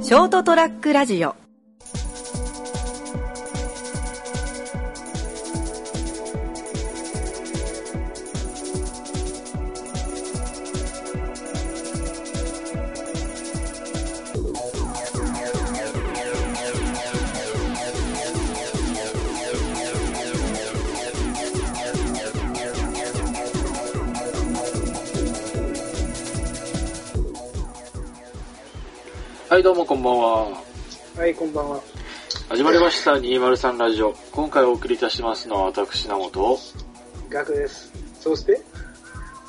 ショートトラックラジオはい、どうもこんばんは。はい、こんばんは。始まりました、203ラジオ。今回お送りいたしますのは私、なもと。ガクです。そうして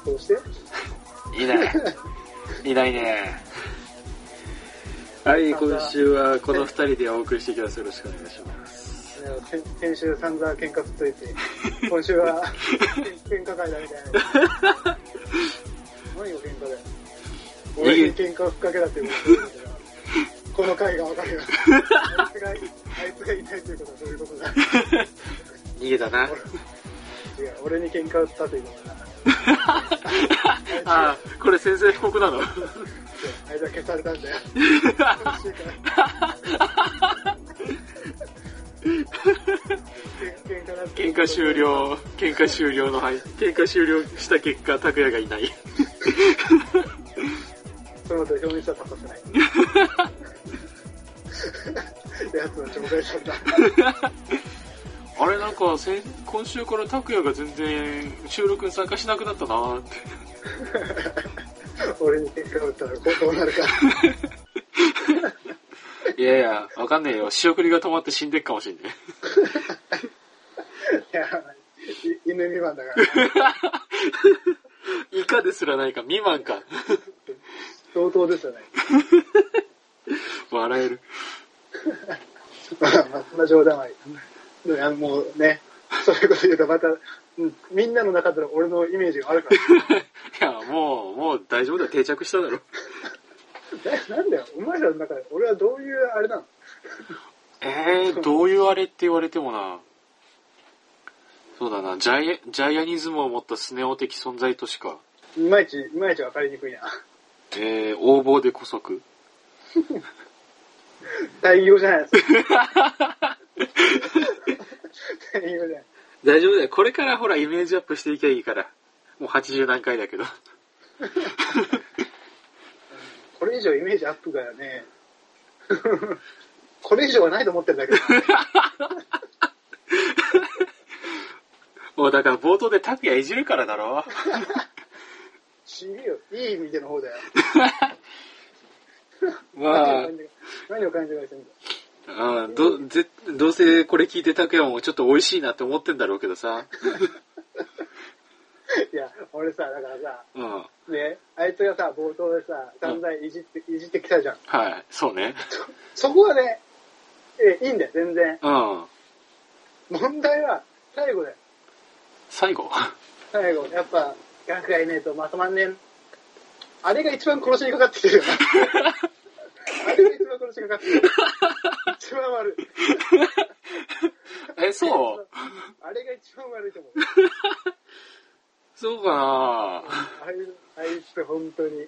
そうしていない。 いないね。はい、今週はこの二人でお送りしていきます。よろしくお願いします。あの先先週散々喧嘩つっといて、今週は喧嘩会だみたいな。何よ、喧嘩だよ。俺に喧嘩をふっかけだって言うことだからこの回がわかるよ。あいつが、あいつがいないということはそういうことだ。 逃げたな。違う、俺に喧嘩をしたということだな。 あー、これ先生被告なのあいつは消されたんだよ。楽しいから。喧嘩だって喧嘩終。了、喧嘩終了の、はい。喧嘩終了した結果、拓也がいない。その後表面したら立たせない。やつの紹介したんだ。 あれ、なんか先、今週から拓也が全然収録に参加しなくなったなーって。俺に喧嘩打ったらこうどうなるか。いやいや、わかんねえよ。仕送りが止まって死んでっかもしんねいや、い犬未満だから、え。以下ですらないか、未満か。相当ですよね。笑える。まあ、まあ、そんな冗談はいい。いやもうね、そういうこと言うとまた、うんみんなの中での俺のイメージがあるかいや、もう、もう大丈夫だよ。定着しただろ。ら。ななんだよ、お前らの中で俺はどういうあれなのえー、どういうあれって言われてもな。そうだな、ジャイア、ジャイアニズムを持ったスネ夫的存在としか。いまいち、いまいちわかりにくいな。えー、横暴で古速。大業じゃないですか。大業じゃない。大丈夫だよ。これからほら、イメージアップしていけばいいから。もう80何回だけど。これ以上イメージアップがね、 これ以上はないと思ってるんだけど、もうだから冒頭で拓也いじるからだろ。しびよ、いい意味での方だよ。まあ、何を感じがしてんだ。ああどぜどうせこれ聞いて拓也もちょっと美味しいなって思ってんだろうけどさ、いや、俺さ、だからさ、うん、はね、あいつがさ、冒頭でさ、散々いじって、いじってきたじゃん。いそうねそこはね、え、いいんだよ、全然。うん問題は、最後だよ。最後最後、やっぱ、学がいねえとまとまんねえ。あれが一番殺しにかかってきてるよな。あれが一番殺しにかかってきてる。一番悪い。えそうあれが一番悪いと思う。そうかなあいつ、あいつ本当に。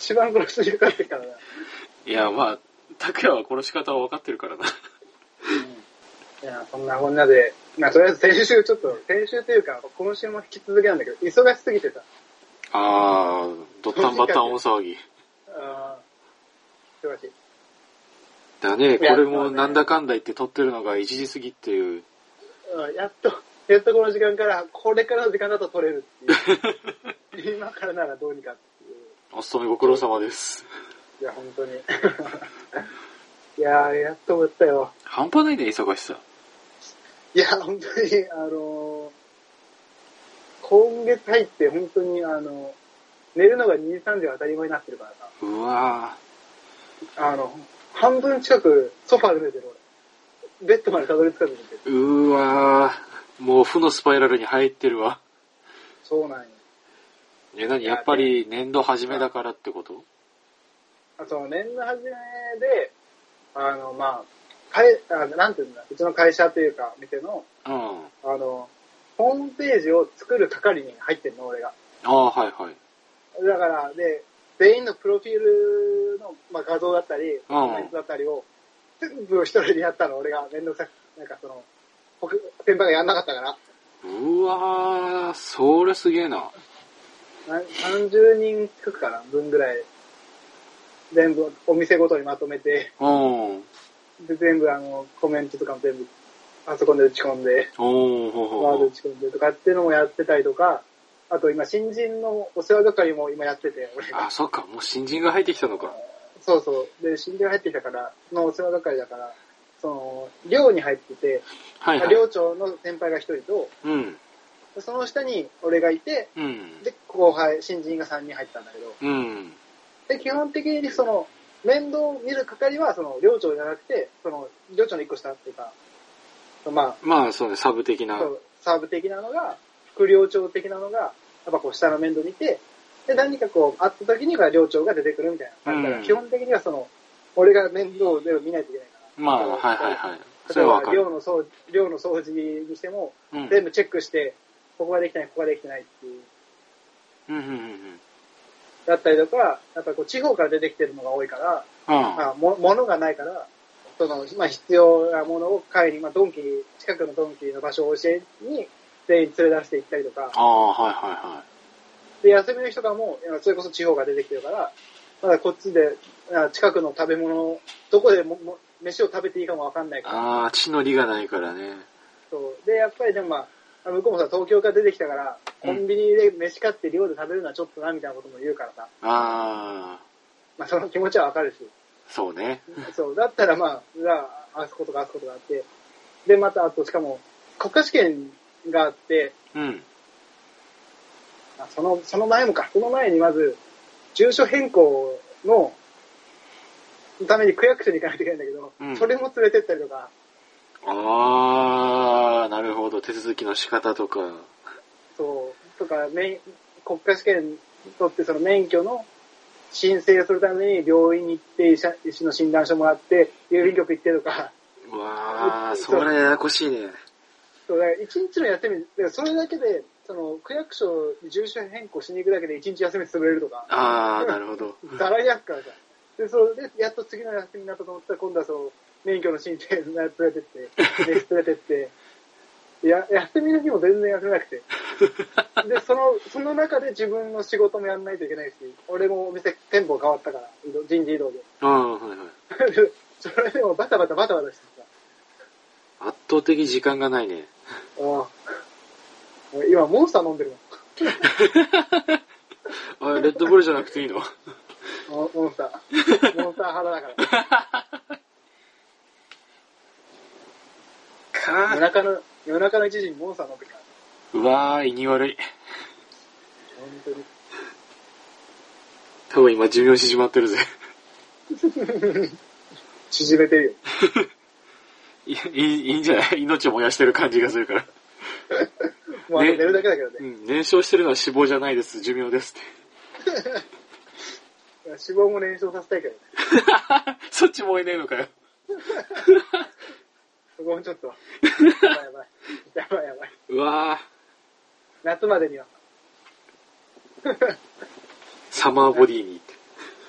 一番殺しにかかってるからな。いやまあ拓也は殺し方は分かってるからないや、そんなこんなで、まあ、とりあえず先週ちょっと、先週というか、今週も引き続きなんだけど、忙しすぎてさ、ああドッタンバッタン大騒ぎあー忙しい。だねこれもなんだかんだ言って撮ってるのが1時過ぎっていううんやっと、やっとこの時間から、これからの時間だと取れるっていう。今からならどうにかっていう。お勤めご苦労様ですいや、本当に。 いやー、やっと思ったよ。半端ないね忙しさいや、本当に、あのー今月入って本当に、あの寝るのが2、3時は当たり前になってるからうわさ、あの、半分近くソファーで寝てる俺。ベッドまでたどり着かずに寝てる。ーうわーもう負のスパイラルに入ってるわそうなんよ。え、何やっぱり年度初めだからってことあと、年の初めで、あの、まあ、かえ、あなんていうんだ、うちの会社というか、店の、うん。ああの、ホームページを作る係に入ってるの、俺が。あ、はいはい。だから、で、全員のプロフィールのまあ、画像だったり、うんサイズだったりを、全部一人でやったの、俺がめんどくさく、なんかその、僕、先輩がやんなかったから、うわー、それすげえな。な30人近くかな、分ぐらい、全部、お店ごとにまとめて、うん。で、全部あの、コメントとかも全部、パソコンで打ち込んで、おー、ほうほワードうほ打ち込んでとかっていうのもやってたりとか、あと今、新人のお世話係も今やってて、俺があ、。そっか、もう新人が入ってきたのか。そうそう。で、新人が入ってきたから、のお世話係だから、その、寮に入ってて、はいはい。寮長の先輩が一人と、うん。その下に俺がいて、うん。で、後輩、新人が3人入ったんだけど、うん。で、基本的にその、面倒を見る係は、その、寮長じゃなくて、その、寮長の一個下っていうか、まあ、まあ、そうね、サブ的なそ。うサーブ的なのが、副寮長的なのが、やっぱこう下の面倒見て、で、何かこう、会った時には寮長が出てくるみたいな。だかうらん基本的にはその、俺が面倒を全部見ないといけないから。まあ、はいはいはい。そ例れえはわばか寮る。の掃除、寮の掃除にしても、うん。全部チェックして、ここができてない、ここができてないっていう。うんうんうんだったりとか、やっぱりこう地方から出てきてるのが多いかうら、ん。うん。まあ、も物がないから、その、まあ、必要なものを買いに、まあ、ドンキ、近くのドンキの場所を教えに、全員連れ出して行ったりとか、ああ、はいはいはい。で、休みの日とかも、いやそれこそ地方が出てきてるから、まだこっちで、あ近くの食べ物、どこでもも飯を食べていいかもわかんないから。ああ、地の利がないからね。そうで、やっぱりでもまあ、向こうもさ、東京から出てきたから、コンビニで飯買って寮で食べるのはちょっとな、みたいなことも言うからさ、ああ、まあその気持ちはわかるし、そうね。そう、だったらまあ、じゃあ、あそことかあそことかあって、で、また、あと、しかも、国家試験があって、うん。あその、その前もか、その前にまず、住所変更の、ために区役所に行かないといけないんだけど、うんそれも連れてったりとか、ああ、なるほど。手続きの仕方とか。そう、とか、免国家試験取ってその免許の申請するために病院に行って医者医師の診断書もらって、郵便局行ってとか、うわあ、それややこしいね。そうだから一日の休み、だからそれだけで、その区役所に住所変更しに行くだけで一日休み潰れるとか。ああ、なるほど。ざらいやっからさ。で、それで、やっと次の休みになったと思ったら、今度はその、免許の申請のやつ連れてって、レース連れてって、いや、休みの日も全然休めなくて。で、その、その中で自分の仕事もやんないといけないし、俺もお店、店舗変わったから、移動人事異動で。うん、はいはい。でそれでもバタバタバタバタしてさ、圧倒的時間がないね。ああ俺今、モンスター飲んでるもん。あレッドブルじゃなくていいのモンモンスター。モンスター派だから。夜か中の、夜中の1時にモンスター飲んでるから。うわー、胃に悪い。本当に。多分今寿命縮まってるぜ。縮めてるよ。いいいいいんじゃない命を燃やしてる感じがするから。もうあとね寝るだけだけどねう。ん、燃焼してるのは脂肪じゃないです、寿命ですっいや脂肪も燃焼させたいけどね。て。 そっち燃えねえのかよ。そこもちょっと。やばいやばい。やばいやばい。うわー、夏までには、サマーボディにって。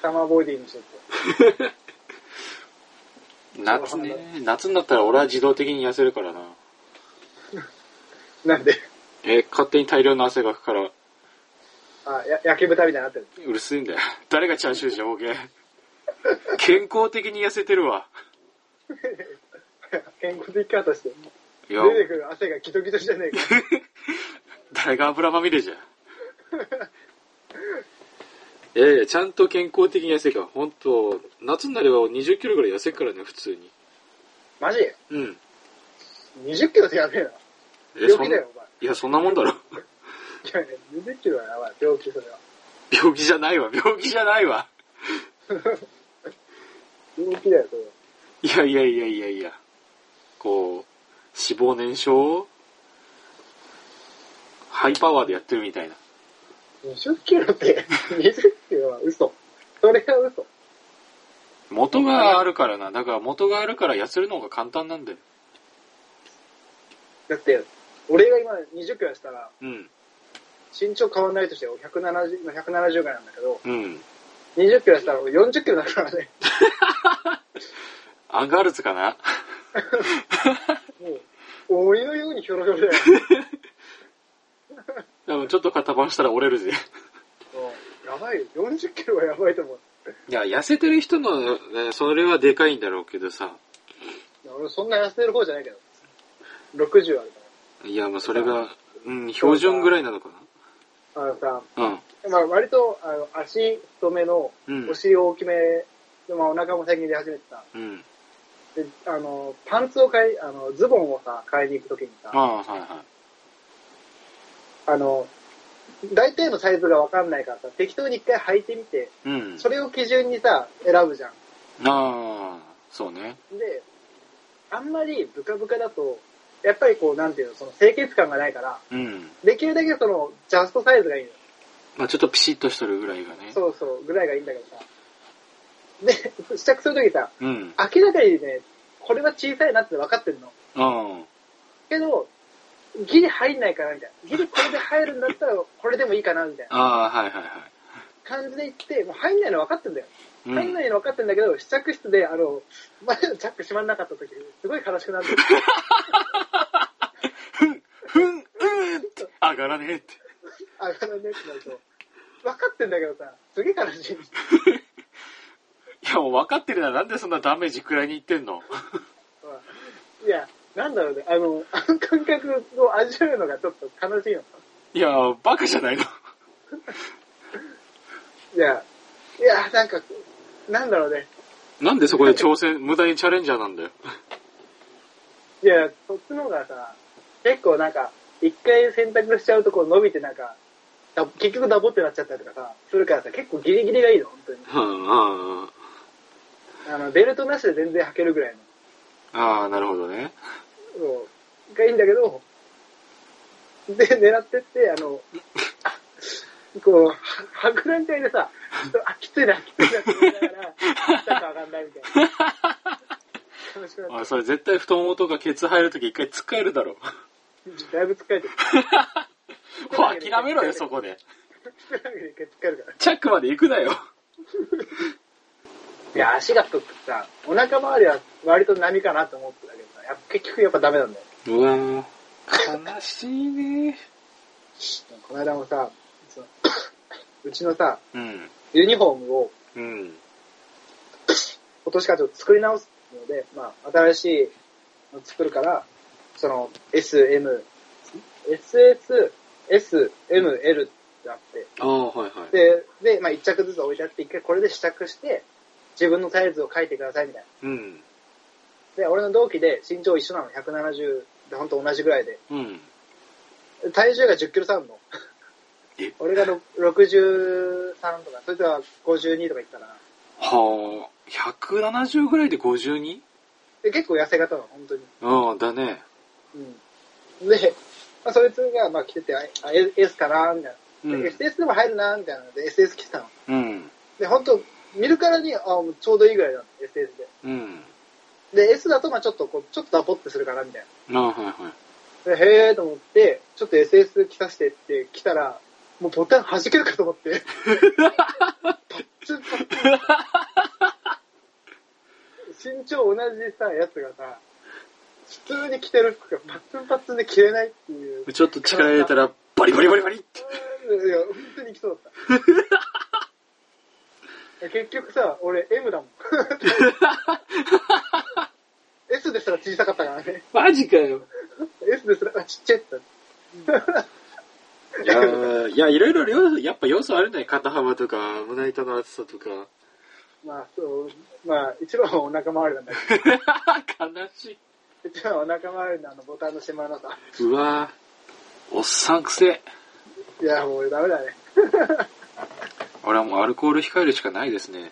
サマーボディにしよう夏ね、夏になったら俺は自動的に痩せるからな。と。なんで、えー勝手に大量の汗がくから、あ、や、焼け豚みたいになってる。 うるせえんだよ。誰がチャーシューじゃボケ。健康的に痩せてるわ。健康的かとして。い出や、てくる汗がギトギトじゃ ねえか。誰が油まみれじゃん。いやいや、ちゃんと健康的に痩せるから、本当夏になれば20キロぐらい痩せるからね、普通に。マジうん。 ?20 キロってやべえな。え病気だよ、いや、そんなもんだろ。お前。いや、20キロはやばい。病気それは。病気じゃないわ、病気じゃないわ。病気だよ、それは。いやいやいやいやいや。こう、脂肪燃焼をハイパワーでやってるみたいな。 20キロ って、20キロは嘘。それは嘘。元があるからな。だから元があるから痩せるのが簡単なんだよ。だって、俺が今20キロやしたら、うん。身長変わんないとして170、今170ぐらいなんだけど、うん。 20キロやったら俺40キロだからね。アンガールズかな もう、鬼のようにひょろひょ ろだよ。多分ちょっと型番したら折れるぜ。うんやばいよ。40キロはやばいと思う。いや、痩せてる人の、ね、それはでかいんだろうけどさ。いや俺そんな痩せてる方じゃないけど。60あるか。いや、まあそれが、うん、標準ぐらいなのからあのさ、な。うん。まあ割と、あの、足太めのうん、お尻大きめ、でまあお腹も最近出始めてさ、うん。で、あの、パンツを買い、あの、ズボンをさ、買いに行くときにさ、ああ、はいはあの、大体のサイズがわかんないからさ、適当に一回履いてみて、い。うん。それを基準にさ、選ぶじゃん。ああ、そうね。で、あんまりブカブカだと、やっぱりこう、なんていうの、その清潔感がないから、うん。できるだけその、ジャストサイズがいいのよ。まあちょっとピシッとしとるぐらいがね。そうそう、ぐらいがいいんだけどさ。で、試着するときさ、うん。明らかにね、これは小さいなって分かってんの。うん。けど、ギリ入んないかな、みたいな。ギリこれで入るんだったら、これでもいいかな、みたいなああ、はいはいはい。感じで言って、もう入んないの分かってんだよ。うん、入んないの分かってんだけど、試着室で、あの、前のチャック閉まんなかった時、すごい悲しくなるんだよ。ふん、ふん、うんって、上がらねえって。あ、がらねえってなると。分かってんだけどさ、すげえ悲しい。いや、もう分かってるならなんでそんなダメージくらいにいってんのいや、なんだろうね、あの、あの感覚を味わうのがちょっと悲しいの。いや、バカじゃないの。いや、いや、なんか、なんだろうね。なんでそこで挑 戦、無駄にチャレンジャーなんだよ。いや、そっちの方がさ、結構なんか、一回選択しちゃうとこう伸びてなんか、だ結局ダボってなっちゃったりとかさ、するからさ、結構ギリギリがいいの、本当に。うん、うん、うん。あの、ベルトなしで全然履けるぐらいの。ああ、なるほどね。そう、がいいんだけど、で、狙ってって、あの、あこう、は博覧会で さ、あ、きついな、きついなって言いながら、なんか上がんないみたいな。楽しくなっあそれ絶対太ももとかケツ入るとき一回突っかえるだろ。て、だいぶ疲れてる。もう諦めろよ、そこで。疲れてる疲れるから。チャックまで行くなよ。いや、足が太くてさ、お腹周りは割と波かなと思ってたけどさ、やっぱ結局やっぱダメなんだよ。うわー悲しいね。この間もさ、そのうちのさ、うん、ユニフォームを、うん、今年からちょっと作り直すので、まあ、新しいのを作るから、その、S、M、SS、S、M、L ってあって、ああ、はいはい。で、で、まあ、1着ずつ置いてあって、一回これで試着して、自分のサイズを書いてくださいみたいな。うん、で、俺の同期で身長一緒なの、170で、ほんと同じぐらいで。うん。体重が10キロ3のえ。俺がろ63とか、それとは52とか言ったかな。はあ、170ぐらいで 52? で、結構痩せ型なの、本当に。うん、だね。うん。で、まあ、そいつが、まあ、着てて、あ、あ S かなみたいな。うんで SS でも入るなみたいなので、SS 着てたの。うん、で、本当見るからに、あ、もうちょうどいいぐらいなの、SS うん。で。で、S だと、まあちょっと、こう、ちょっとダボってするかなみたいああ、はいはい。な。で、へえーと思って、ちょっと SS 着させてって来たら、もうボタン弾けるかと思って。パッツンパッツン身長同じさ、やつがさ、普通に着てる服がパッツンパッツンで着れないっていう。ちょっと力入れたら、バリバリバリバリって。いや、本当に行きそう だった。結局さ、俺 M だもん。S ですら小さかったからね。マジかよ。 S ですら、あ、ちっちゃいって言った。いやー、いや、いろいろ要素、やっぱ要素あるね。肩幅とか、胸板の厚さとか。まあ、そう、まあ、一番はお腹周りなんだけ悲しど、一番はお腹周りのあのボタンのしまいのさ。い。うわー、おっさんくせえ。いや、もうダメだね。俺はもうアルコール控えるしかないですね。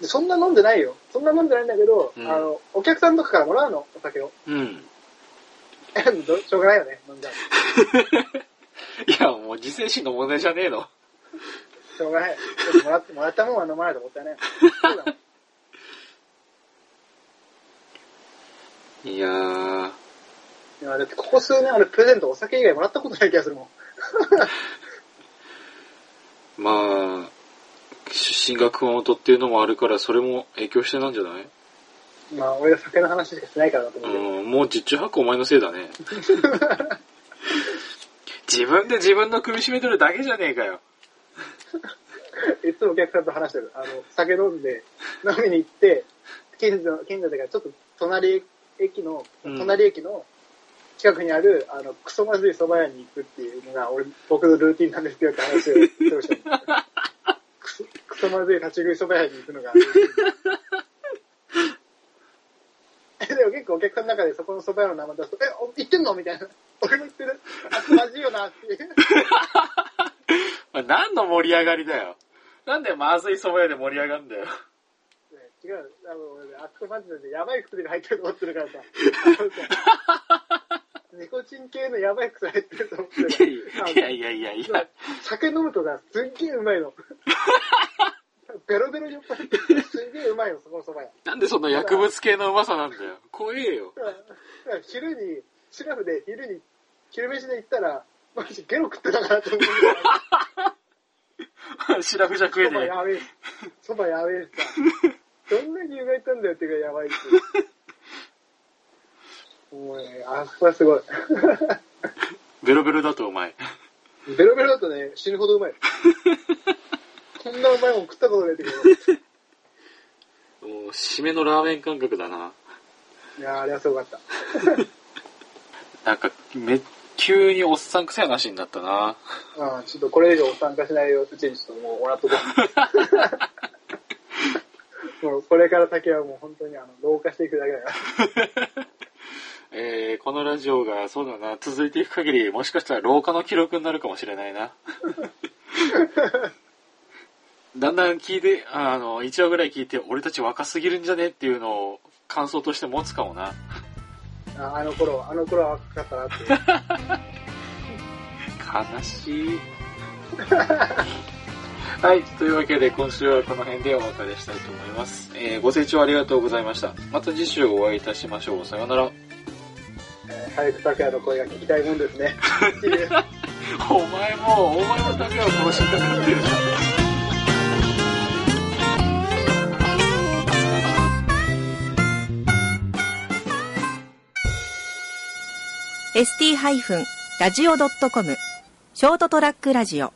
でそんな飲んでないよ。そんな飲んでないんだけど、うんあの、お客さんとかからもらうの、お酒を。 うん。どしょうがないよね、飲んじゃう。いや、もう自制心の問題じゃねえの。しょうがない。ちょっともらっもらったもんは飲まないと もったいないもん。そうだもんいやー、いや、だってここ数年俺プレゼントお酒以外もらったことない気がするもん。まあ、出身が熊本っていうのもあるから、それも影響してなんじゃないまあ、俺は酒の話しかしてないからだと思って。うん、もう十中八個お前のせいだ ね。自分で自分の首絞めてるだけじゃねえかよ。 いつもお客さんと話してる。あの、酒飲んで、飲みに行って、近所、近所だからちょっと隣駅の、うん隣駅の近くにある、あの、クソまずい蕎麦屋に行くっていうのが、俺、僕のルーティンなんですよって 話をしてました。クソ、クソまずい立ち食い蕎麦屋に行くのが。 えでも結構お客さんの中でそこの蕎麦屋の名前出すと、え、お行ってんのみたいな。俺も行ってる。あ、そこまずいよなっていう。あ何の盛り上がりだよ。なんでまずい蕎麦屋で盛り上がるんだよ。ね違う、あの、俺あそこマジでやばい薬が入ってると思ってるからさ。 ニコチン系のやばい薬入ってると思ってるから。いやいやいやいあのや。酒飲むとさ、すっげえうまいの。ベロベロに酔っ払って、すっげえうまいの、そこのそばや。なんでその薬物系のうまさなんだよ。怖えよ。だからだから昼に、シラフで昼に、昼飯で行ったら、マジゲロ食ってたからと思うぐらい。シラフじゃ食えそねばえ。やべえ、そばやべ えさ。どんな理由がいたんだよっていうからやばいっす。もうね、あそこは すごい。ベロベロだとお前。ベロベロだとね、死ぬほどうまい。こんなうまいもん食ったことないんだけもう、締めのラーメン感覚だな。ど。いやー、あれはすごかった。なんか、め、急におっさんくさい話になったな。うん、ちょっとこれ以上参加しないようちにちょっともうもらっとこ う。もうこれから先はもう本当にあの、老化していくだけだから。えー、このラジオが、そうだな、続いていく限り、もしかしたら老化の記録になるかもしれない な。だんだん聞いて、ああの、1話ぐらい聞いて、俺たち若すぎるんじゃねっていうのを感想として持つかもな。ああの頃、あの頃は若かったなって。悲し い。はい、というわけで今週はこの辺でお別れしたいと思います。えー、ご清聴ありがとうございました。また次週お会いいたしましょう。さようなら。えー早く拓也の声が聞きたいもんですね。っていうお前も、お前も竹は殺したくなってるじゃん。 ST-radio.com ショートトラックラジオ